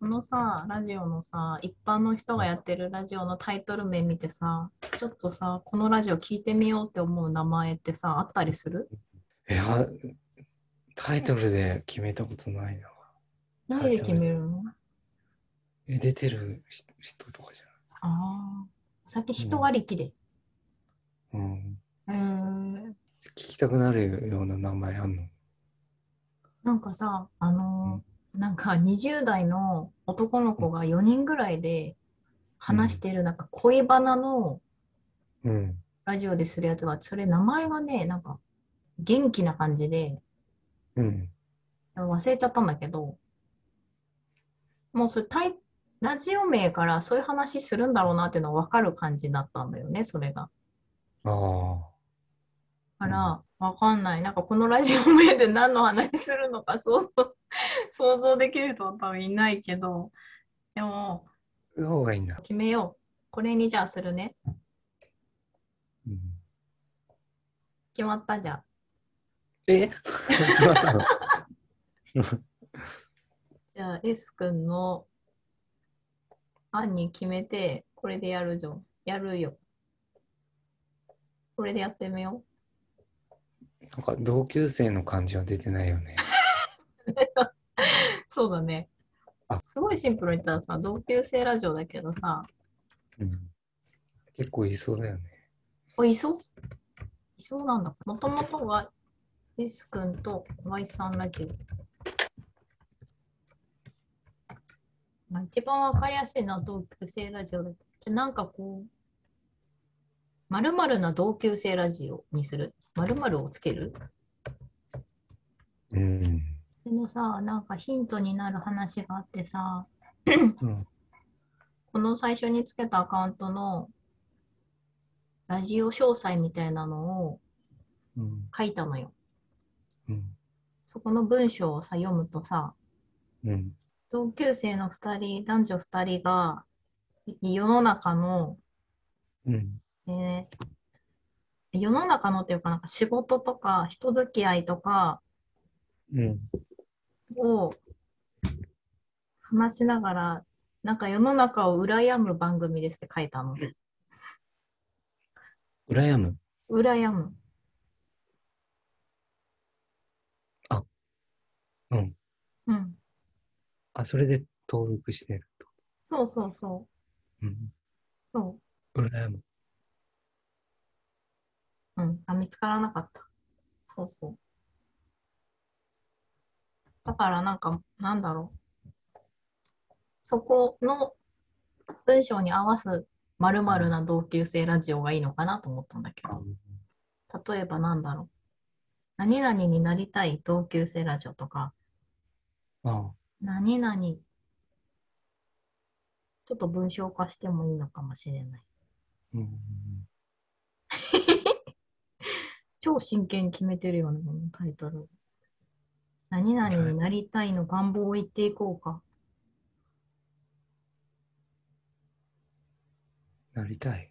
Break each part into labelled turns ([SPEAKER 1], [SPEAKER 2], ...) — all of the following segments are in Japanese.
[SPEAKER 1] このさ、ラジオのさ、一般の人がやってるラジオのタイトル名見てさ、ちょっとさ、このラジオ聞いてみようって思う名前ってさ、あったりする
[SPEAKER 2] いや、タイトルで決めたことないな。
[SPEAKER 1] 何で決めるの
[SPEAKER 2] え、出てる人人とかじ
[SPEAKER 1] ああ、先人ありきで。
[SPEAKER 2] ゃん。うん。
[SPEAKER 1] えー、
[SPEAKER 2] 聞きたくなるような名前あんの。
[SPEAKER 1] なんかさ、あのーなんか20代の男の子が4人ぐらいで話してる、なんか恋バナの
[SPEAKER 2] うん。
[SPEAKER 1] ラジオでするやつが、それ名前がね、なんか元気な感じで、
[SPEAKER 2] うん。
[SPEAKER 1] 忘れちゃったんだけど、もうそれタイ、ラジオ名からそういう話するんだろうなっていうのは分かる感じだったんだよね、それが。
[SPEAKER 2] あ
[SPEAKER 1] から、わかんない。なんかこのラジオ名で何の話するのか想像、想像できる人は多分いないけど、でも、
[SPEAKER 2] あ。の方がいいんだ。
[SPEAKER 1] 決めよう。これにじゃあするね。
[SPEAKER 2] うん、
[SPEAKER 1] 決まったじゃん。
[SPEAKER 2] え 決まったの
[SPEAKER 1] じゃあ、S 君の案に決めて、これでやるじゃん。やるよ。これでやってみよ
[SPEAKER 2] なんか同級生の感じは出てないよね。
[SPEAKER 1] う。そうだね
[SPEAKER 2] あ。
[SPEAKER 1] すごいシンプルに言ったらさ、同級生ラジオだけどさ、
[SPEAKER 2] うん、結構いそうだよね。
[SPEAKER 1] あ、いそういそうなんだ。もともとは S 君と Y さんラジオ。まあ、一番わかりやすいのは同級生ラジオだけどじゃあなんかこう、まるまるな同級生ラジオにする。まるまるをつける。
[SPEAKER 2] うん。
[SPEAKER 1] それのさ、なんかヒントになる話があってさ、
[SPEAKER 2] うん、
[SPEAKER 1] この最初につけたアカウントのラジオ詳細みたいなのを
[SPEAKER 2] うん。
[SPEAKER 1] 書いたのよ。
[SPEAKER 2] うん。
[SPEAKER 1] そこの文章をさ読むとさ、
[SPEAKER 2] うん。
[SPEAKER 1] 同級生の2人、男女2人が世の中の、
[SPEAKER 2] うん。
[SPEAKER 1] えー世の中のっていうか、なんか仕事とか人付き合いとか
[SPEAKER 2] うん。
[SPEAKER 1] を話しながら、なんか世の中を羨む番組ですって書いたの。
[SPEAKER 2] 羨む。
[SPEAKER 1] 羨む。
[SPEAKER 2] あうん。
[SPEAKER 1] うん。
[SPEAKER 2] あ、それで登録してると。
[SPEAKER 1] そうそうそう。
[SPEAKER 2] うん。
[SPEAKER 1] そ
[SPEAKER 2] 羨む。
[SPEAKER 1] う。うん。あ、見つからなかった。そうそう。だからなんか、なんだろう。そこの文章に合わす〇〇な同級生ラジオがいいのかなと思ったんだけど、例えばなんだろう。何々になりたい同級生ラジオとか、
[SPEAKER 2] あ
[SPEAKER 1] 何々、ちょっと文章化してもいいのかもしれない。
[SPEAKER 2] うん。
[SPEAKER 1] 超真剣に決めてるよね、このタイトル。何々になりたいの願望を言っていこうか。
[SPEAKER 2] なりたい。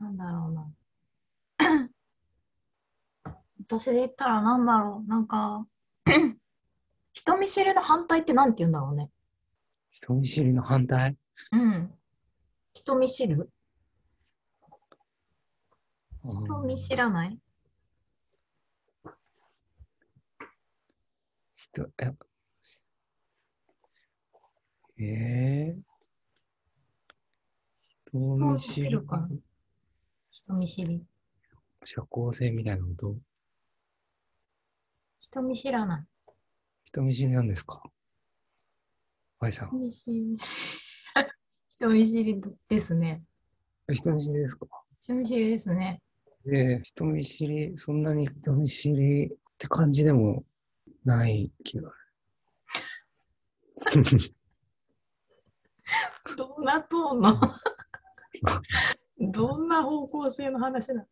[SPEAKER 1] なんだろうな。 私で言ったらなんだろう。なんか、 人見知りの反対ってなんて言うんだろうね。
[SPEAKER 2] 人見知りの反対
[SPEAKER 1] うん。人見知る人
[SPEAKER 2] 人
[SPEAKER 1] 見知らない
[SPEAKER 2] 人、え、えー、人見知
[SPEAKER 1] 人見知
[SPEAKER 2] り
[SPEAKER 1] るか人見知り。
[SPEAKER 2] 社交性みたいなこと
[SPEAKER 1] 人見知らない。
[SPEAKER 2] 人見知りなんですか ?Y さ
[SPEAKER 1] 人
[SPEAKER 2] ん。
[SPEAKER 1] 見知り。人見知りですね。
[SPEAKER 2] 人見知りですか
[SPEAKER 1] 人見知りですね。
[SPEAKER 2] で、人見知り、そんなに人見知りって感じでもない気がする。
[SPEAKER 1] どんなトーン のどんな方向性の話だ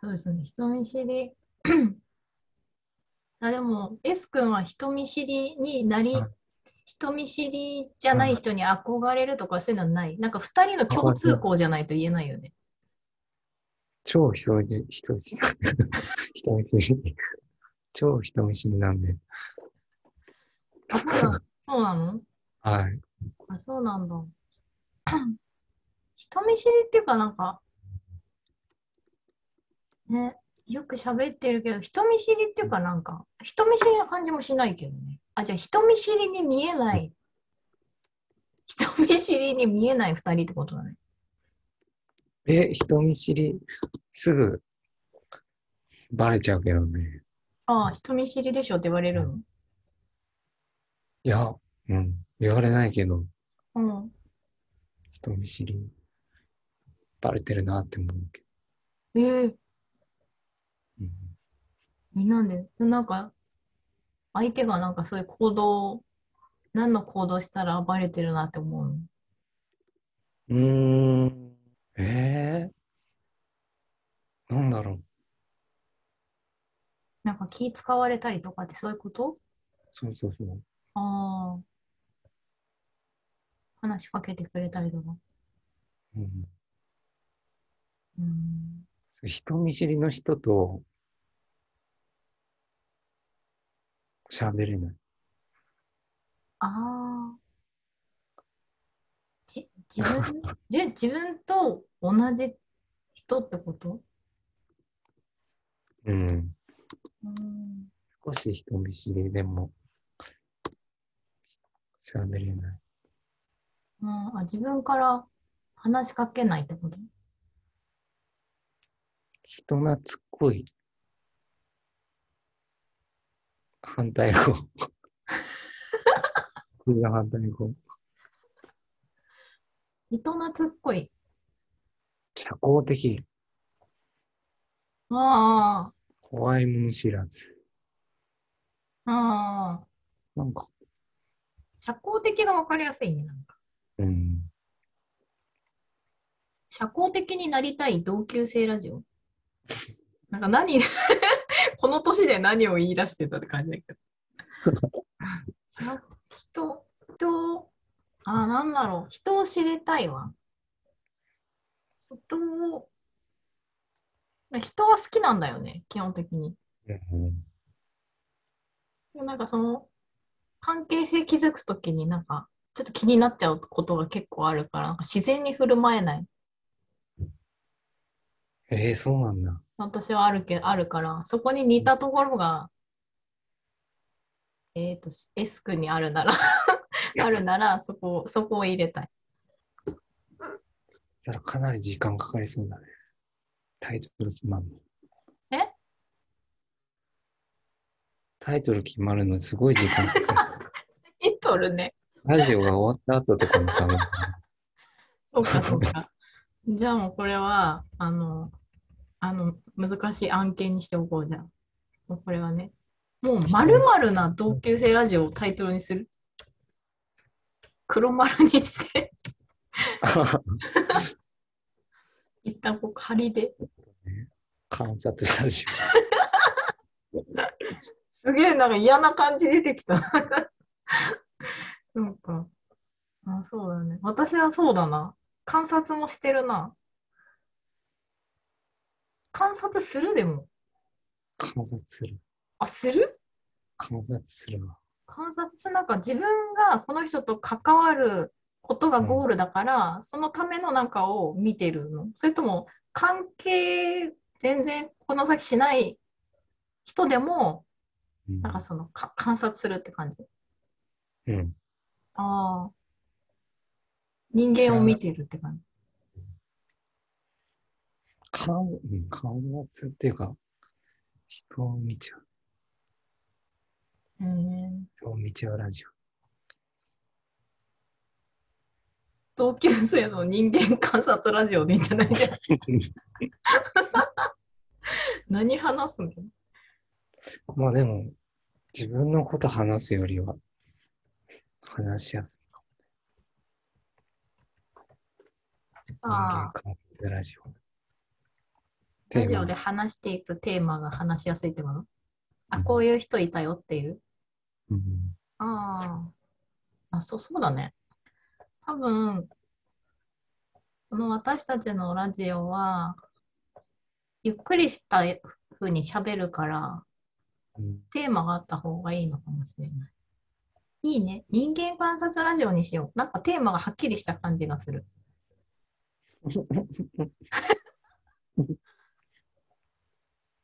[SPEAKER 1] そうですね、人見知り。 あでも、S 君は人見知りになり
[SPEAKER 2] はい、
[SPEAKER 1] 人見知りじゃない人に憧れるとかそういうのはない。なんか2人の共通項じゃないと言えないよね。
[SPEAKER 2] 超人見知 り、人見知り、人見知り、超人見知りなんで、
[SPEAKER 1] あ、そうなそうなの
[SPEAKER 2] はい。
[SPEAKER 1] あ、そうなんだ。人見知りっていうか、なんか、ね、よく喋ってるけど、人見知りっていうか、なんか、人見知りな感じもしないけどね。あ、じゃあ、人見知りに見えない、人見知りに見えない二人ってことだね。
[SPEAKER 2] え、人見知り、すぐ、バレちゃうけどね。
[SPEAKER 1] ああ、人見知りでしょって言われるの。
[SPEAKER 2] いや、うん。言われないけど、
[SPEAKER 1] うん。
[SPEAKER 2] 人見知り、バレてるなって思うけ
[SPEAKER 1] ええ
[SPEAKER 2] ど。うん
[SPEAKER 1] えなんでなんか、相手がなんかそういう行動を、何の行動したらバレてるなって思うの
[SPEAKER 2] うーん。えー、なんだろう。
[SPEAKER 1] なんか気使われたりとかってそういうこと
[SPEAKER 2] そうそうそう。
[SPEAKER 1] ああ。話しかけてくれたりとか。
[SPEAKER 2] うん、
[SPEAKER 1] うん。
[SPEAKER 2] 人見知りの人と喋れない。
[SPEAKER 1] ああ。じ、自分、じ、自分と同じ人ってこと
[SPEAKER 2] うん。
[SPEAKER 1] うん。
[SPEAKER 2] 少し人見知りでも喋れない。
[SPEAKER 1] うん、あ、自分から話しかけないってこと
[SPEAKER 2] 人懐っこい。反対語。これが反対語。
[SPEAKER 1] 人懐っこい。
[SPEAKER 2] 社交的。
[SPEAKER 1] あ
[SPEAKER 2] 怖いもの知らず。
[SPEAKER 1] あ、ああ。
[SPEAKER 2] なんか、
[SPEAKER 1] 社交的が分かりやすいね。なんか
[SPEAKER 2] うん。
[SPEAKER 1] 社交的になりたい同級生ラジオ。 なんか何、 この年で何を言い出してたって感じだけど。人、人を、あ、なんだろう、人を知りたいわ。人を、人は好きなんだよね、基本的に。
[SPEAKER 2] うん
[SPEAKER 1] でもなんかその、関係性築くときになんか、ちょっと気になっちゃうことが結構あるから、なんか自然に振る舞えない。
[SPEAKER 2] ええそうなんだ。
[SPEAKER 1] 私はあるけ、あるから、そこに似たところが、えっ、と、S 君にあるなら、あるなら、そこを、そこを入れたい。
[SPEAKER 2] だからかなり時間かかりそうだね。タイトル決まるの。
[SPEAKER 1] え
[SPEAKER 2] タイトル決まるのすごい時間かかる。
[SPEAKER 1] イトルね。
[SPEAKER 2] ラジオが終わった後とかも多分。
[SPEAKER 1] そうか、そうか。じゃあもうこれは、あの、あの、難しい案件にしておこうじゃん。もうこれはね。もう、まるまるな同級生ラジオをタイトルにする。黒丸にして、 一旦こう仮で。
[SPEAKER 2] 観察ラジ
[SPEAKER 1] すげえなんか嫌な感じ出てきた。 なんか、あ、そうだね。私はそうだな。観察もしてるな。観察するでも。
[SPEAKER 2] オ。観察する。
[SPEAKER 1] あ、する
[SPEAKER 2] 観察するわ。
[SPEAKER 1] 観察するなんか自分がこの人と関わることがゴールだから、そのためのなんかを見てるのそれとも関係全然この先しない人でも、
[SPEAKER 2] うん
[SPEAKER 1] なんかそのか観察するって感じ。
[SPEAKER 2] うん。
[SPEAKER 1] ああ。人間を見てるって感じ。
[SPEAKER 2] 観うん観察っていうか、人を見ちゃう。
[SPEAKER 1] うん。
[SPEAKER 2] 人を見ちゃうラジオ。
[SPEAKER 1] 同級生の人間観察ラジオでいいんじゃ ないじゃん。何話すの
[SPEAKER 2] まあでも、自分のこと話すよりは、話しやすい。人間
[SPEAKER 1] ああ、
[SPEAKER 2] 観察ラジオ。
[SPEAKER 1] ラジオで
[SPEAKER 2] で。
[SPEAKER 1] 話していくテーマが話しやすいってことあ、こういう人いたよっていう。
[SPEAKER 2] うん
[SPEAKER 1] ああ。あ、そう、そうだね。多分、この私たちのラジオは、ゆっくりした風に喋るから、
[SPEAKER 2] うん
[SPEAKER 1] テーマがあった方がいいのかもしれない。いいね。人間観察ラジオにしよう。なんかテーマがはっきりした感じがする。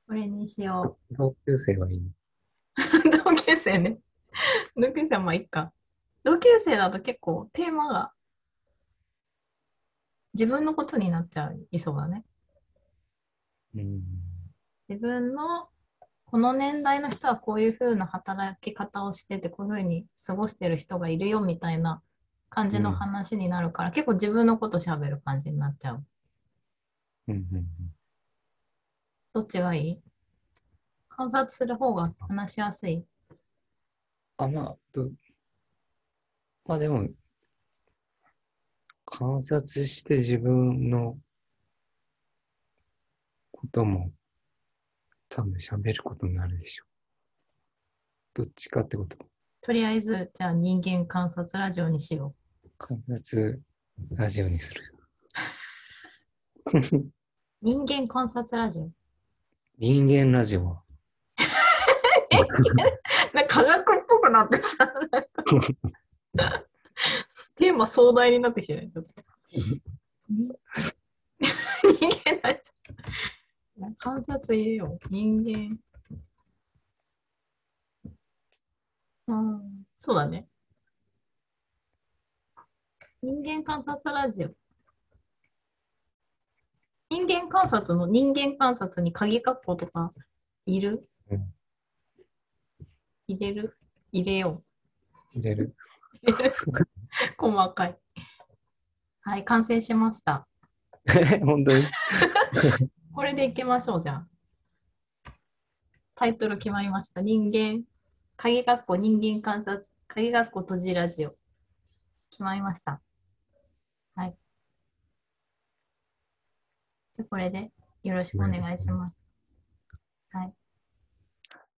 [SPEAKER 1] これにしよ
[SPEAKER 2] 同級生がいいね。
[SPEAKER 1] う。 同級生ね。同級生はまあいっか。同級生だと結構テーマが自分のことになっちゃいそうだね。
[SPEAKER 2] うん。
[SPEAKER 1] 自分のこの年代の人はこういう風な働き方をしててこういう風に過ごしてる人がいるよみたいな感じの話になるから、結構自分のこと喋る感じになっちゃう。
[SPEAKER 2] うんうんうん。
[SPEAKER 1] どっちがいい観察する方が話しやすい。
[SPEAKER 2] あ、まあ、どまあでも、観察して自分のことも多分喋ることになるでしょう。どっちかってこと。
[SPEAKER 1] とりあえずじゃあ人間観察ラジオにしよ
[SPEAKER 2] 観察ラジオにする。
[SPEAKER 1] う。人間観察ラジオ。
[SPEAKER 2] 人間ラジオは。
[SPEAKER 1] なんか科学っぽくなってきた。テーマ壮大になってきてないちょっと。人間だちゃ観察入れよう。人間。うん、そうだね。人間観察ラジオ。人間観察の人間観察に鍵括弧とかいる、
[SPEAKER 2] うん
[SPEAKER 1] 入れる入れよう。
[SPEAKER 2] 入れる。
[SPEAKER 1] 細かい。はい、完成しました。
[SPEAKER 2] 本当に。
[SPEAKER 1] これでいきましょう、じゃあ。タイトル決まりました。人間、鍵学校人間観察、鍵学校閉じラジオ。決まりました。はい。じゃあ、これでよろしくお願いします。はい。